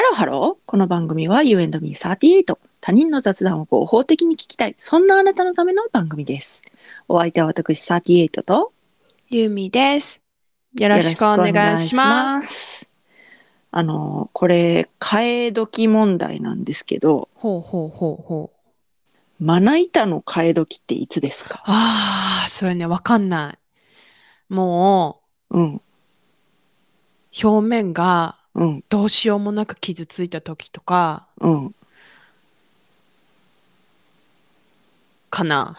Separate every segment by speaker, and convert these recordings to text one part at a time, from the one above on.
Speaker 1: ロハロー。この番組は You and me38。他人の雑談を合法的に聞きたい。そんなあなたのための番組です。お相手は私38と
Speaker 2: ゆみです。よろしくお願いします。
Speaker 1: す。あの、これ、替え時問題なんですけど、
Speaker 2: ほうほうほうほう。
Speaker 1: まな板の替え時っていつですか
Speaker 2: ああ、それね、わかんない。も
Speaker 1: うん、
Speaker 2: う、表面が
Speaker 1: うん、
Speaker 2: どうしようもなく傷ついた時とか、
Speaker 1: うん。
Speaker 2: かな。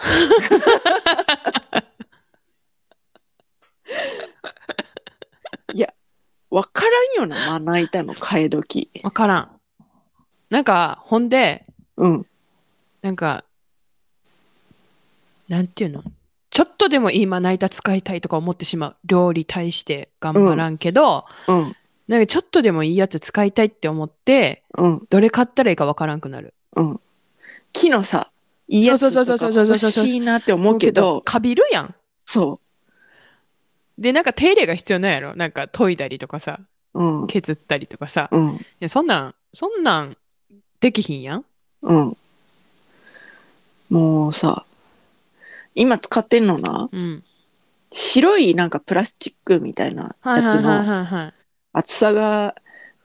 Speaker 1: わからんよな、まな板の替え時。
Speaker 2: わからん。なんか、ほんで、
Speaker 1: うん、
Speaker 2: なんか、なんていうのちょっとでもいいまな板使いたいとか思ってしまう。料理対して頑張らんけど、
Speaker 1: うん、
Speaker 2: なんかちょっとでもいいやつ使いたいって思って、
Speaker 1: うん、
Speaker 2: どれ買ったらいいかわからんくなる。
Speaker 1: うん。木のさ、いいやつとか欲しいなって思うけど、
Speaker 2: かびるやん。
Speaker 1: そ
Speaker 2: で、なんか手入れが必要なんやろなんか研いだりとかさ、
Speaker 1: う、うん、
Speaker 2: 削ったりとかさ。い
Speaker 1: うん、
Speaker 2: やそんなん、そんなん、できひんやん。
Speaker 1: うん。もうさ、今使ってんのな、
Speaker 2: うん。
Speaker 1: 白いなんかプラスチックみたいな
Speaker 2: は
Speaker 1: や
Speaker 2: いは
Speaker 1: つ
Speaker 2: いはい
Speaker 1: の
Speaker 2: はいはい。
Speaker 1: 厚さが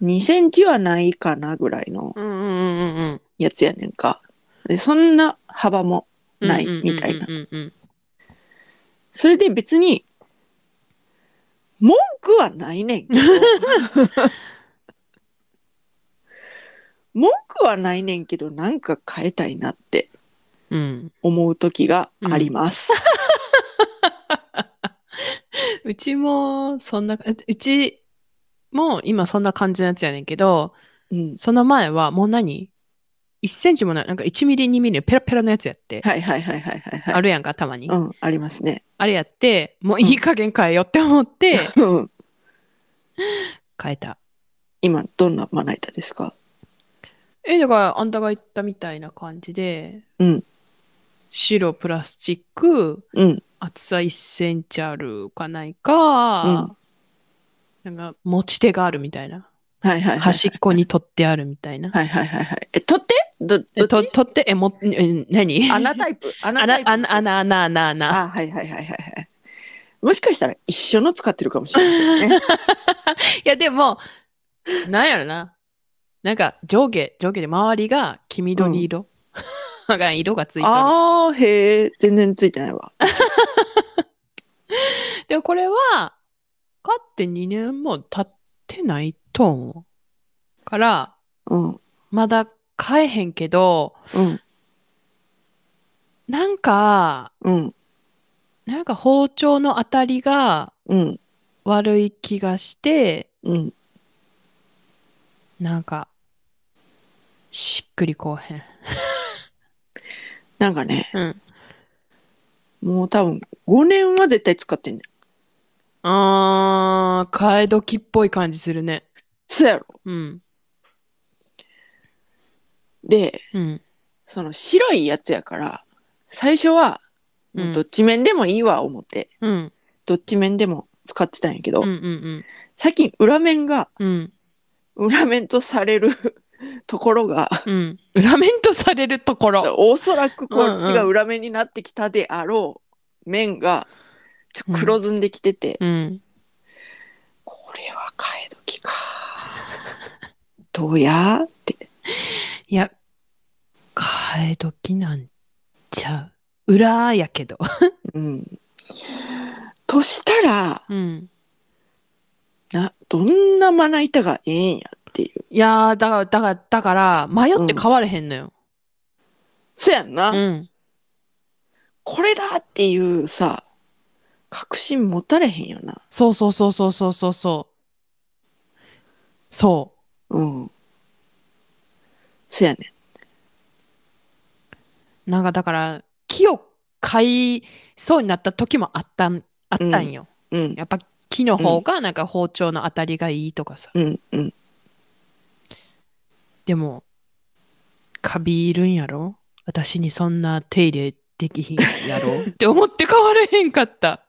Speaker 1: 2センチはないかなぐらいの
Speaker 2: うんうんうんうん
Speaker 1: やつやねんか。で、そんな幅も。
Speaker 2: うん
Speaker 1: ない
Speaker 2: うんうんうん
Speaker 1: みたいな
Speaker 2: うんうん
Speaker 1: それで別に、文句はないねんけど。文句はないねんけど、なんか変えたいなって
Speaker 2: うん。うん
Speaker 1: 思う時があります。
Speaker 2: うちも、そんな、ううちも今そんな感じのやつやねんけど、
Speaker 1: うん。
Speaker 2: その前はもう何 ?1 センチもない、なんか1ミリ、2ミリのペラペラのやつやって。
Speaker 1: はいはいはいはいはいはい。
Speaker 2: あるやんか、たまに。
Speaker 1: うん、ありますね。
Speaker 2: あれやって、もういい加減変えようって思って、
Speaker 1: うん
Speaker 2: 変えた。
Speaker 1: 今、どんなまな板ですか
Speaker 2: え、だから、あんたが言ったみたいな感じで、
Speaker 1: うん
Speaker 2: 白プラスチック、
Speaker 1: うん、
Speaker 2: 厚さ1センチあるかない
Speaker 1: うん
Speaker 2: か、なんか、持ち手があるみたいな。
Speaker 1: はいはいはい。
Speaker 2: 端っこに取ってあるみたいな。
Speaker 1: はいはいはいはい。え、取ってど、
Speaker 2: え
Speaker 1: どっ
Speaker 2: と
Speaker 1: ち
Speaker 2: 取って、え、も、え何
Speaker 1: 穴タイ プ穴タ
Speaker 2: 穴
Speaker 1: イ、プ
Speaker 2: 穴、穴、穴、穴、穴。
Speaker 1: あ、はいはいはいはいはい。もしかしたら一緒の使ってるかもしれません ね。
Speaker 2: いや、でも、なんやろな。なんか、上下、上下で周りが黄緑色。 が色がついてる。
Speaker 1: あー、へえ、全然ついてないわ。
Speaker 2: でもこれは、買って2年も経ってないと思う。から、
Speaker 1: うん、
Speaker 2: まだ買えへんけど、
Speaker 1: うん、
Speaker 2: なんか、
Speaker 1: うん、
Speaker 2: なんか包丁の当たりが
Speaker 1: うん、
Speaker 2: 悪い気がして、
Speaker 1: うん。
Speaker 2: なんか、しっくりこうへん。
Speaker 1: なんかね、
Speaker 2: うん。
Speaker 1: もう多分5年は絶対使ってんねん。
Speaker 2: あー、替え時っぽい感じするね。
Speaker 1: そうやろ。
Speaker 2: うん。
Speaker 1: で、
Speaker 2: うん。
Speaker 1: その白いやつやから、最初は、
Speaker 2: う。
Speaker 1: もうんどっち面でもいいわ、思って。
Speaker 2: うん。
Speaker 1: どっち面でも使ってたんやけど、
Speaker 2: うん。うん。
Speaker 1: 最近裏面が
Speaker 2: うん。
Speaker 1: 裏面とされる ところが
Speaker 2: うん。裏面とされるところ。
Speaker 1: おそらくこっち
Speaker 2: う
Speaker 1: が
Speaker 2: ん
Speaker 1: 裏面になってきたであろう面がちょっと黒ずんできてて、
Speaker 2: うん。
Speaker 1: これは替え時かどうやって
Speaker 2: いや、替え時なんちゃう。裏やけど。
Speaker 1: うんとしたら
Speaker 2: うん。
Speaker 1: などんなまな板がええんやっていう
Speaker 2: いやー、だから、だから、だから、迷って変われへんのよ。
Speaker 1: そやんな、
Speaker 2: うん。
Speaker 1: これだっていうさ確信持たれへんよな
Speaker 2: そうそうそうそうそうそうそう。そ
Speaker 1: うんそやねん
Speaker 2: う。なんか、だから、木を買いそうになった時もあったん、あったんよ。
Speaker 1: うん
Speaker 2: やっぱ木の方が、なんか包丁の当たりがいいとかさ。
Speaker 1: うんうん
Speaker 2: でも、カビいるんやろ私にそんな手入れできひんや ろって思って変われへんかった。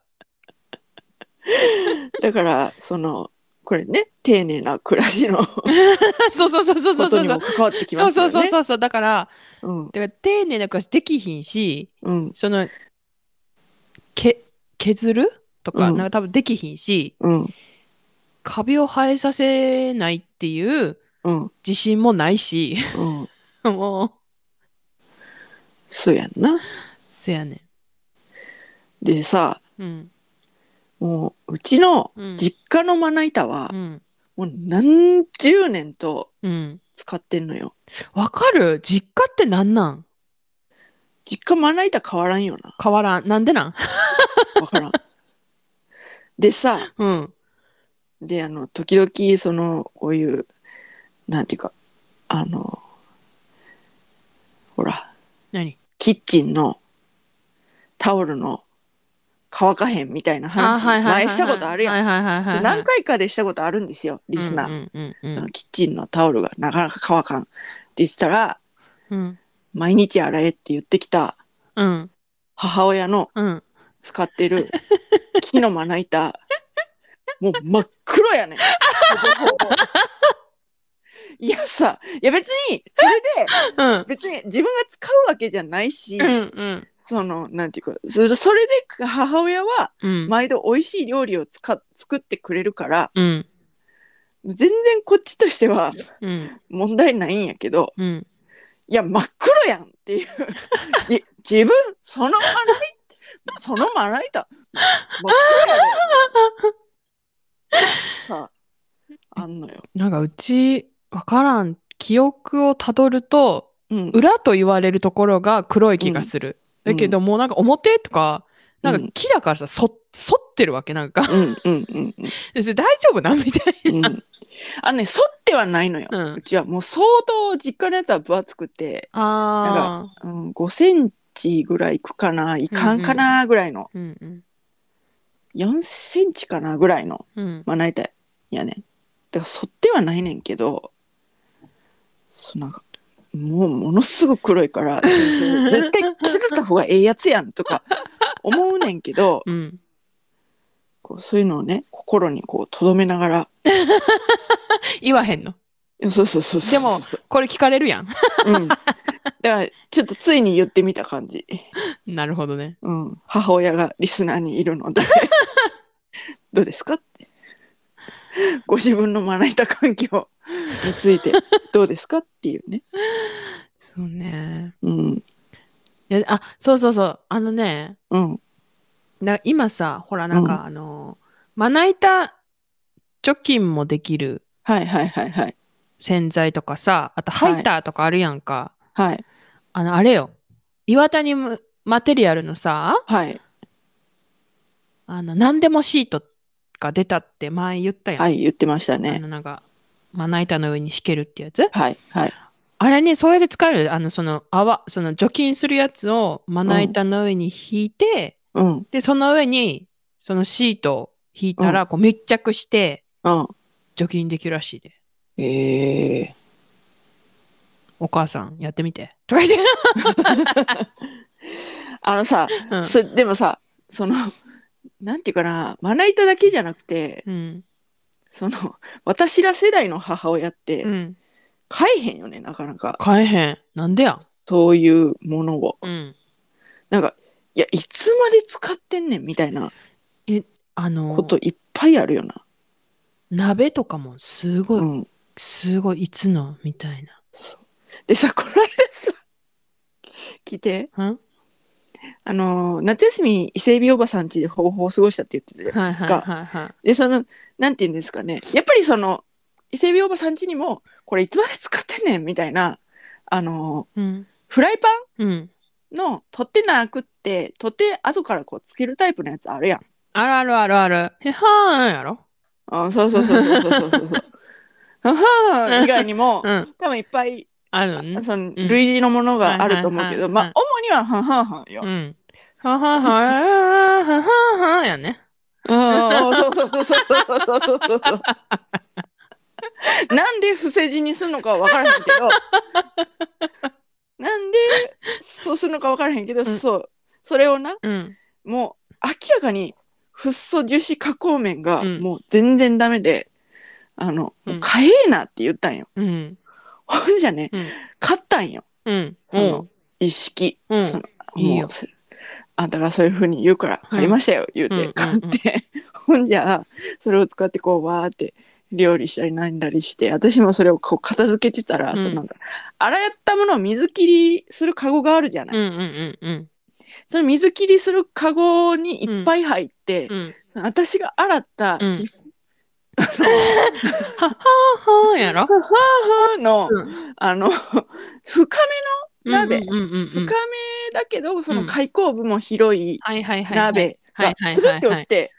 Speaker 1: だからそのこれね、丁寧な暮らしのこ
Speaker 2: そうそうそうそうそうそ
Speaker 1: と
Speaker 2: う
Speaker 1: に
Speaker 2: そ
Speaker 1: も
Speaker 2: う
Speaker 1: 関わってき
Speaker 2: そ
Speaker 1: ま
Speaker 2: う
Speaker 1: す
Speaker 2: そ
Speaker 1: よ
Speaker 2: う
Speaker 1: ね。
Speaker 2: そうそうそうだから
Speaker 1: うん
Speaker 2: だから丁寧な暮らしできひんし
Speaker 1: うん
Speaker 2: そのけ削るとか,、
Speaker 1: うん
Speaker 2: なんか多分できひんし
Speaker 1: うん
Speaker 2: カビを生えさせないっていう
Speaker 1: うん
Speaker 2: 自信もないし
Speaker 1: うん。
Speaker 2: もう
Speaker 1: そうやんな。
Speaker 2: せやね
Speaker 1: でさ、
Speaker 2: んうん
Speaker 1: もううちの
Speaker 2: うん
Speaker 1: 実家のまな板は
Speaker 2: う、ん
Speaker 1: もう何十年と
Speaker 2: うん
Speaker 1: 使ってんのよ。
Speaker 2: わかる実家ってなんなん
Speaker 1: 実家まな板変わらんよな。
Speaker 2: 変わらんなんでなん
Speaker 1: わからん。でさ、
Speaker 2: うん
Speaker 1: で、あの、時々、その、こういう、なんていうか、あの、ほら、
Speaker 2: 何
Speaker 1: キッチンのタオルの乾かへんみたいな
Speaker 2: あ
Speaker 1: 話、前したことあるやん。
Speaker 2: はいはいはい
Speaker 1: そ
Speaker 2: は
Speaker 1: れ
Speaker 2: い
Speaker 1: 何回かでしたことあるんですよ、リスナー。
Speaker 2: うんうんうんうん
Speaker 1: そのキッチンのタオルがなかなか乾かんって言ってたら、
Speaker 2: うん
Speaker 1: 毎日洗えって言ってきた
Speaker 2: うん
Speaker 1: 母親の
Speaker 2: うん
Speaker 1: 使ってる木のまな板もう真っ黒やねん ほぼほぼいやさいや別にそれで
Speaker 2: うん
Speaker 1: 別に自分が使うわけじゃないし、
Speaker 2: うんうん
Speaker 1: そのなんていうかそそれで母親は
Speaker 2: うん
Speaker 1: 毎度美味しい料理をつか作ってくれるから
Speaker 2: うん
Speaker 1: 全然こっちとしては
Speaker 2: うん
Speaker 1: 問題ないんやけど
Speaker 2: うん
Speaker 1: いや真っ黒やんっていうじ自分そのまな板そのまな板真っ黒やでさああんのよ
Speaker 2: なんかうちわからん記憶をたどると
Speaker 1: うん
Speaker 2: 裏と言われるところが黒い気がする、
Speaker 1: うん
Speaker 2: だけどもうなんか表とかなん
Speaker 1: う
Speaker 2: か
Speaker 1: ん
Speaker 2: 木だからさそ反ってるわけなんか
Speaker 1: うんうんうんうん
Speaker 2: でそれ大丈夫なみたい
Speaker 1: うん
Speaker 2: な、
Speaker 1: あのね剃ってはないのよ、
Speaker 2: う
Speaker 1: うんちはもう相当実家のやつは分厚くて、
Speaker 2: あ
Speaker 1: う
Speaker 2: あ
Speaker 1: ん、5センチぐらいいくかないかんかなぐらいの、
Speaker 2: うんうん
Speaker 1: 4センチかなぐらいの
Speaker 2: うん
Speaker 1: まな板やねんだから剃ってはないねんけどそうなんかもうものすごく黒いからそれそれ絶対削った方がええやつやんとか思うねんけど
Speaker 2: うん
Speaker 1: こうそういうのをね心にこうとどめながら
Speaker 2: 言わへんの
Speaker 1: そうそうそうそう
Speaker 2: でもこれ聞かれるやん
Speaker 1: うん、だからちょっとついに言ってみた感じ、
Speaker 2: なるほどね
Speaker 1: うん、母親がリスナーにいるので どうですかってご自分のまな板環境についてどうですかっていうね
Speaker 2: そうね
Speaker 1: うん
Speaker 2: いやあそうそうそうあのね
Speaker 1: うん
Speaker 2: な今さほらなんか、
Speaker 1: う
Speaker 2: あのまな板除菌もできる
Speaker 1: はいはいはいはい
Speaker 2: 洗剤とかさあと
Speaker 1: は
Speaker 2: ハ
Speaker 1: い
Speaker 2: イターとかあるやんか、
Speaker 1: はい
Speaker 2: あのあれよ岩谷むマテリアルのさ
Speaker 1: はい
Speaker 2: あの何でもシートが出たって前言ったやん、
Speaker 1: はい言ってました
Speaker 2: あ
Speaker 1: ね
Speaker 2: のなんかまな板の上に敷けるってやつ
Speaker 1: はいはい
Speaker 2: あれね、それで使える。あの、その泡、その除菌するやつをまな板の上に引いて、
Speaker 1: うん
Speaker 2: で、その上に、そのシートを引いたら、こう密着して
Speaker 1: うん
Speaker 2: 除菌できるらしいで。
Speaker 1: ええ
Speaker 2: お母さん、やってみて。とか言って。
Speaker 1: あのさ、
Speaker 2: うん
Speaker 1: そでもさそのなんていうかなまな板だけじゃなくて
Speaker 2: うん。
Speaker 1: その私ら世代の母親って、
Speaker 2: うん。
Speaker 1: 買えへんよねなかなか
Speaker 2: 買えへん。なんでや
Speaker 1: そういうものを
Speaker 2: うん。
Speaker 1: なんかいやいつまで使ってんねんみたいな
Speaker 2: あの
Speaker 1: こ、といっぱいあるよな
Speaker 2: 鍋とかもすごい、
Speaker 1: うん
Speaker 2: すごい、いつのみたい
Speaker 1: そうでさ この間さ来て
Speaker 2: な。ん
Speaker 1: あのー夏休み伊勢海老おばさん家でほぼほぼ過ごしたって言ってたじゃな
Speaker 2: はいい
Speaker 1: です
Speaker 2: は
Speaker 1: か、
Speaker 2: いはいはい。
Speaker 1: でそのなんて言うんですかねやっぱりその伊勢海老おばさん家にもこれいつまで使ってんねんみたいなあのー
Speaker 2: うん。
Speaker 1: フライパ
Speaker 2: うん。
Speaker 1: ンの取ってなくって取って後からこうつけるタイプのやつあるやん
Speaker 2: あるあるあるある。へはーんやろ
Speaker 1: あそうそうそうそうそうそう そう。あはー以外にも
Speaker 2: うん。
Speaker 1: 多分いっぱい
Speaker 2: あるん
Speaker 1: その類似のものがあると思うけど、
Speaker 2: うん
Speaker 1: まあ主にははんはんはんよ
Speaker 2: う。ん。はははははははやね。
Speaker 1: うん、そうそうそうそうそうそうそうそうそう。なんで伏せ字にするのかは分からへんけど、なんでそうするのか分からへんけど、
Speaker 2: ん
Speaker 1: そうそれをな
Speaker 2: うん。
Speaker 1: もう明らかにフッ素樹脂加工面が
Speaker 2: うん
Speaker 1: もう全然ダメで、あの、
Speaker 2: うん
Speaker 1: 買えなって言ったんよ。
Speaker 2: うん。
Speaker 1: ほんじゃね、
Speaker 2: うん
Speaker 1: 買ったんよ。
Speaker 2: うん。
Speaker 1: その、一式。
Speaker 2: うん
Speaker 1: その
Speaker 2: いいよ
Speaker 1: もうせあんたがそういうふうに言うから買いましたよ、言う
Speaker 2: うんうんう
Speaker 1: て買
Speaker 2: ん
Speaker 1: って、 ほんじゃそれを使ってこうわーって料理したりなんだりして私もそれをこう片付けてたら、
Speaker 2: うん
Speaker 1: そのなんか洗ったものを水切りするカゴがあるじゃない、
Speaker 2: うんうんうん
Speaker 1: その水切りするカゴにいっぱい入って、
Speaker 2: うん。うん。
Speaker 1: その私が洗った、
Speaker 2: うん
Speaker 1: ティフ
Speaker 2: は、はあはあやろ
Speaker 1: ハーハーの、
Speaker 2: う
Speaker 1: あの 深鍋
Speaker 2: うんうんうん
Speaker 1: め
Speaker 2: う
Speaker 1: 深
Speaker 2: ん
Speaker 1: めだけど、そうの
Speaker 2: ん
Speaker 1: 開口部も広い
Speaker 2: はいはいはい。
Speaker 1: 鍋
Speaker 2: はい
Speaker 1: が
Speaker 2: はいはいはい
Speaker 1: スルって落ちて、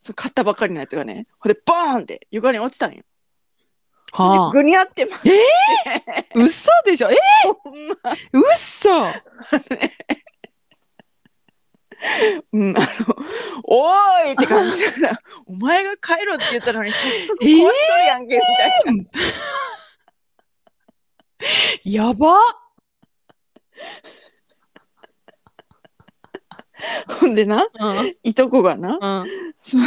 Speaker 1: そう買ったばかりのやつがねほんでボーンって床に落ちたんよ。
Speaker 2: はあ。
Speaker 1: ぐにゃってます、
Speaker 2: 嘘でしょえ
Speaker 1: ほんま
Speaker 2: 嘘
Speaker 1: うん、あの「おーい!」って感じでさ「 お前が帰ろ」って言ったのに早速壊しとるやんけみたいな、
Speaker 2: やば
Speaker 1: ほんでな
Speaker 2: うん
Speaker 1: いとこがな
Speaker 2: うん
Speaker 1: その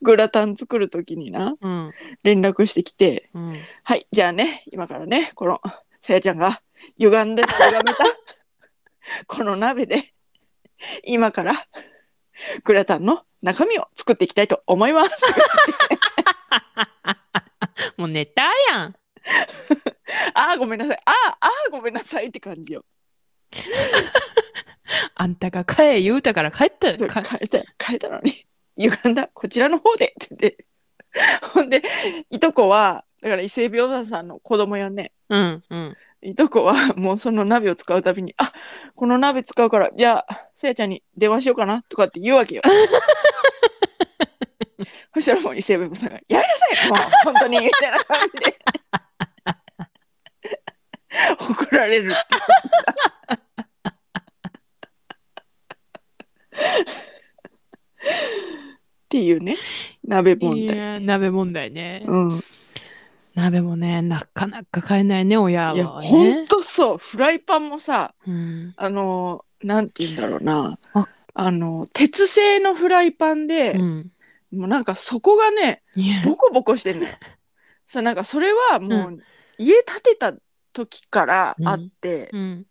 Speaker 1: グラタン作る時にな
Speaker 2: うん
Speaker 1: 連絡してきて
Speaker 2: うん。
Speaker 1: 「はいじゃあね今からねこのさやちゃんが歪んで歪めた この鍋で今からグラタンの中身を作っていきたいと思います」
Speaker 2: もうネタやん。
Speaker 1: ああごめんなさいああああごめんなさいって感じよ。
Speaker 2: あんたが帰え言うたから帰った。
Speaker 1: そう
Speaker 2: か
Speaker 1: 変えた変えたのに歪んだこちらの方でって言ってほんでいとこはだから伊勢病産さんの子供よね
Speaker 2: うんうん。
Speaker 1: いとこはもうその鍋を使うたびに「あこの鍋使うからじゃあせやちゃんに電話しようかな」とかって言うわ けよ。そしたらもう伊勢病さんが「やめなさいもう本当に」みたいな感じ で怒られるってっていうね鍋問
Speaker 2: い
Speaker 1: 題。
Speaker 2: や鍋問題ね。
Speaker 1: うん、い
Speaker 2: 鍋もね、なかなか買えないね、親
Speaker 1: や
Speaker 2: は
Speaker 1: ほ
Speaker 2: ね
Speaker 1: ん。とそうフライパンもさ
Speaker 2: うん
Speaker 1: あのなんて言うんだろうな
Speaker 2: あ
Speaker 1: あの鉄製のフライパンで
Speaker 2: う、ん。
Speaker 1: もうなんか底がね
Speaker 2: いや
Speaker 1: ボコボコしてんのよ。 そうなんかそれはもう、
Speaker 2: う
Speaker 1: 家建てた時からあって、
Speaker 2: うん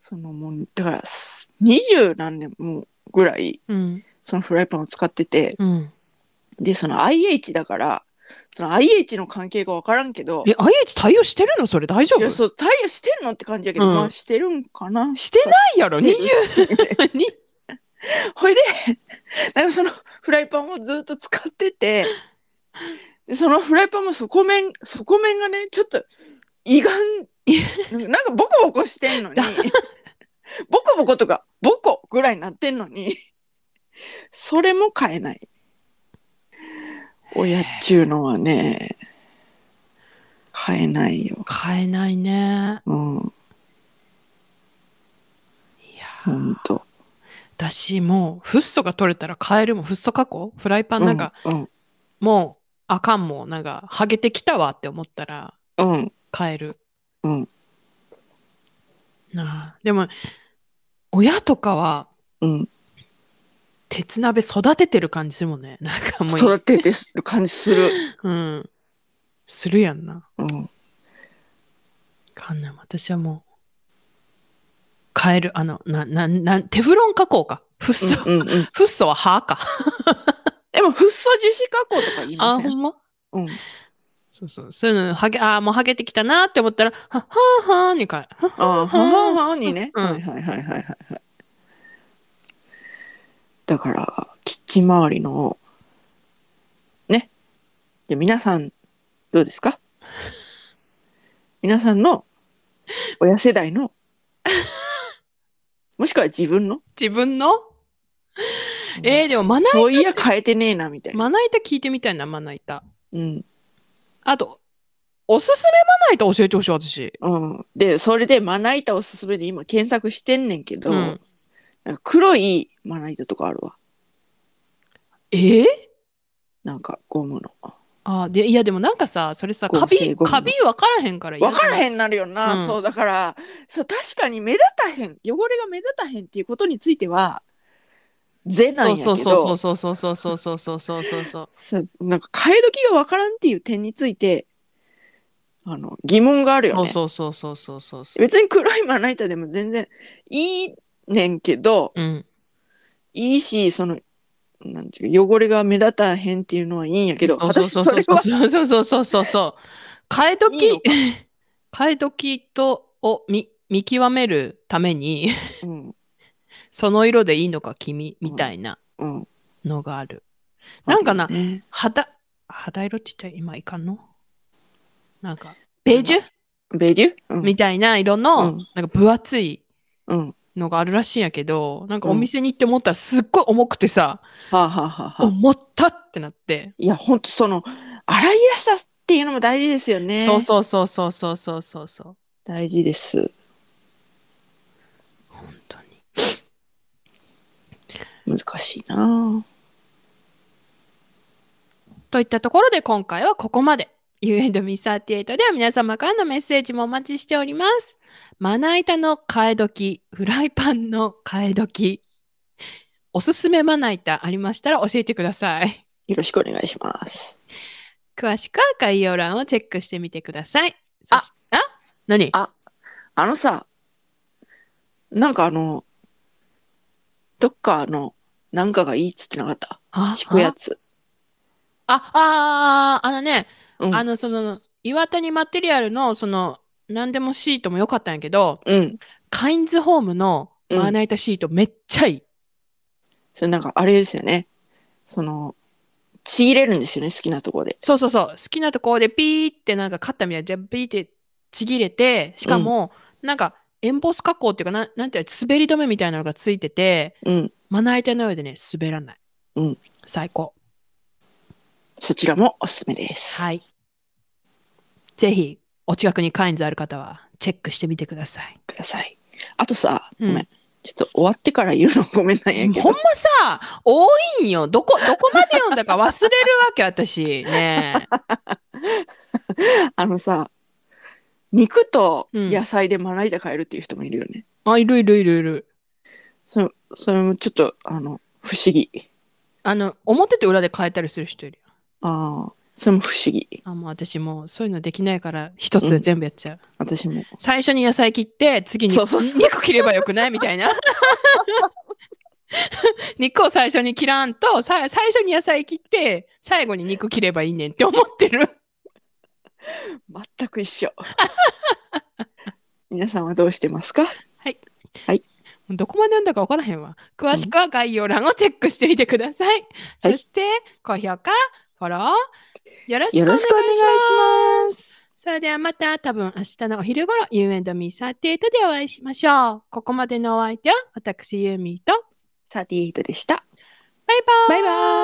Speaker 1: そのもうだからす二十何年もぐらい
Speaker 2: うん
Speaker 1: そのフライパンを使ってて
Speaker 2: うん。
Speaker 1: でその IH だからその IH の関係が分からんけど
Speaker 2: え、IH 対応してるのそれ大丈
Speaker 1: い
Speaker 2: 夫
Speaker 1: や
Speaker 2: し
Speaker 1: そう対応してんのって感じやけど、
Speaker 2: うん
Speaker 1: まあしてるんかな。
Speaker 2: てないやろ ?20
Speaker 1: 20
Speaker 2: に。
Speaker 1: ほいで、 なんかそのフライパンをずっと使ってて、でそのフライパンも底面、底面がね、ちょっと、いがん、なんかボコボコしてんのに、 ボコボコとか、ボコぐらいになってんのに、それも買えない。親っちゅうのはね、買えないよ。
Speaker 2: 買えないね。
Speaker 1: うん、
Speaker 2: いや
Speaker 1: ほんと。
Speaker 2: 私もうフッ素が取れたらカエルもフッ素加工フライパンなんか、
Speaker 1: うん、
Speaker 2: もうあかんもうなんかハゲてきたわって思ったら
Speaker 1: うん、うん、
Speaker 2: カエル
Speaker 1: うん
Speaker 2: なあでも親とかは
Speaker 1: うん。
Speaker 2: 鉄鍋育ててる感じするもんね なんかもう、
Speaker 1: 育ててる感じする。
Speaker 2: うん、するやんな
Speaker 1: うん。
Speaker 2: わかんない私はもうカエルあのなななテフロン加工かフッ素、
Speaker 1: うんうんうん、
Speaker 2: フッ素は歯か
Speaker 1: でもフッ素樹脂加工とか言いま
Speaker 2: あ
Speaker 1: せ
Speaker 2: ほ
Speaker 1: ん
Speaker 2: んま
Speaker 1: うん、
Speaker 2: そうそう。そういうの、はげ、ああ、もうはげてきたなって思ったら、は、はあ、はあ、にかい。は
Speaker 1: あはははにね、
Speaker 2: うん
Speaker 1: はいはいはいはいはいはいだからキッチン周りのねじゃあ皆さんどうですか皆さんの親世代のもしくは自分の
Speaker 2: 自分のえー、でも、まな、
Speaker 1: そういや変えてねえなみたいな、
Speaker 2: まな板聞いてみたいな、まな板。
Speaker 1: うん
Speaker 2: あと、おすすめまな板教えてほしい、私。
Speaker 1: うん、でそれでまな板おすすめで今検索してんねんけど、
Speaker 2: うん
Speaker 1: なんか黒いまな板とかあるわ
Speaker 2: えー、
Speaker 1: なんかゴムの。
Speaker 2: あーで、いや、でもなんかさ、それさ、
Speaker 1: 合
Speaker 2: カ
Speaker 1: 成
Speaker 2: ビ、
Speaker 1: ゴム
Speaker 2: カビ分からへんから
Speaker 1: 分から
Speaker 2: ん。
Speaker 1: へんなるよな、
Speaker 2: うん
Speaker 1: そうだからそう確かに目立たへん汚れが目立たへんっていうことについては是なんやけ
Speaker 2: そ
Speaker 1: ど
Speaker 2: うそうそうそうそうそうそうそうそうそうそう。
Speaker 1: さなんか替え時がわからんっていう点についてあの疑問があるよね
Speaker 2: そうそうそうそうそうそう。
Speaker 1: 別に黒いまな板でも全然いいねんけど
Speaker 2: うん。
Speaker 1: いいしそのなんていうか汚れが目立たへんっていうのはいいんやけど私
Speaker 2: そう
Speaker 1: それは
Speaker 2: そうそうそうそうそうそう。替え
Speaker 1: いいの
Speaker 2: 時
Speaker 1: か、
Speaker 2: 替え時とを見見極めるために、
Speaker 1: うん
Speaker 2: その色でいいのか君みたいな
Speaker 1: うん
Speaker 2: のがある。 なんかな
Speaker 1: あるよね
Speaker 2: 肌、肌色って言っちゃ今いかんのなんか、ベージュ
Speaker 1: ベリュうん
Speaker 2: みたいな色
Speaker 1: う
Speaker 2: の
Speaker 1: ん、
Speaker 2: なんか分厚い
Speaker 1: うん
Speaker 2: のがあるらしいんやけど、なんかお店に行って思ったらすっごい重くてさ、
Speaker 1: はあ、はあはあはあ、
Speaker 2: 重ったってなって。
Speaker 1: いやほんとその洗いやすさっていうのも大事ですよね
Speaker 2: そうそうそうそうそうそうそうそう。
Speaker 1: 大事です
Speaker 2: 本当に。
Speaker 1: 難しいな
Speaker 2: といったところで今回はここまで。U&Me38 では皆様からのメッセージもお待ちしております。まな板の替え時、フライパンの替え時、おすすめまな板ありましたら教えてください。
Speaker 1: よろしくお願いします
Speaker 2: 詳しくは概要欄をチェックしてみてください。そしあ何
Speaker 1: ああのさなんかあのどっかのなんかがいいっつってなかった
Speaker 2: あ
Speaker 1: 敷くやつ
Speaker 2: あ、あ、ああのね、
Speaker 1: うん
Speaker 2: あの、その、岩谷マテリアルの、その、何でもシートも良かったんやけど、
Speaker 1: うん
Speaker 2: カインズホームのまな板シートめっちゃいい。
Speaker 1: それなんかあれですよねそのちぎれるんですよね好きなとこで
Speaker 2: そうそうそう。好きなところでピーってなんかカッターみたいな、じゃピーってちぎれて、しかも、なんかエンボス加工っていうかな、なんていうの滑り止めみたいなのがついてて、
Speaker 1: うん
Speaker 2: まな板の上でね、滑らない。
Speaker 1: うん
Speaker 2: 最高。
Speaker 1: そちらもおすすめです
Speaker 2: はい。ぜひ、お近くにカインズある方は、チェックしてみてください。
Speaker 1: くださいあとさご
Speaker 2: うん
Speaker 1: めん、ちょっと終わってから言う のごめんなんやけ
Speaker 2: ほん
Speaker 1: ど
Speaker 2: まさ、多いんよ。どこ、どこまで読んだか忘れるわけ、私。ね え
Speaker 1: あのさ肉と
Speaker 2: うん
Speaker 1: 野菜でまな板買えるっていう人もいるよね、
Speaker 2: あ、いるいるいるいる。
Speaker 1: それそれもちょっとあの不思議
Speaker 2: あの、表と裏で変えたりする人いるよ。
Speaker 1: ああそれも不思議
Speaker 2: あ、もう私もうそういうのできないから、一つで全部やっちゃう。
Speaker 1: 私も
Speaker 2: 最初に野菜切って、次に
Speaker 1: そうそうそう
Speaker 2: 肉切ればよくないみたいな。 肉を最初に切らんとさ最初に野菜切って最後に肉切ればいいねんって思ってる
Speaker 1: 全く一 緒皆さんはどうしてますか
Speaker 2: どこまで読んだか分からへんわ詳しくは概要欄をチェックしてみてください、
Speaker 1: はい
Speaker 2: そして高評価フォローよろしく
Speaker 1: よ
Speaker 2: お願
Speaker 1: ろ
Speaker 2: い
Speaker 1: し
Speaker 2: し
Speaker 1: くお願
Speaker 2: ま
Speaker 1: い
Speaker 2: す
Speaker 1: します
Speaker 2: それではまた多分明日のお昼頃 You and Me38 でお会いしましょうここまでのお相手は私ユーミーと
Speaker 1: 38でした
Speaker 2: バイバーイ
Speaker 1: バイバイ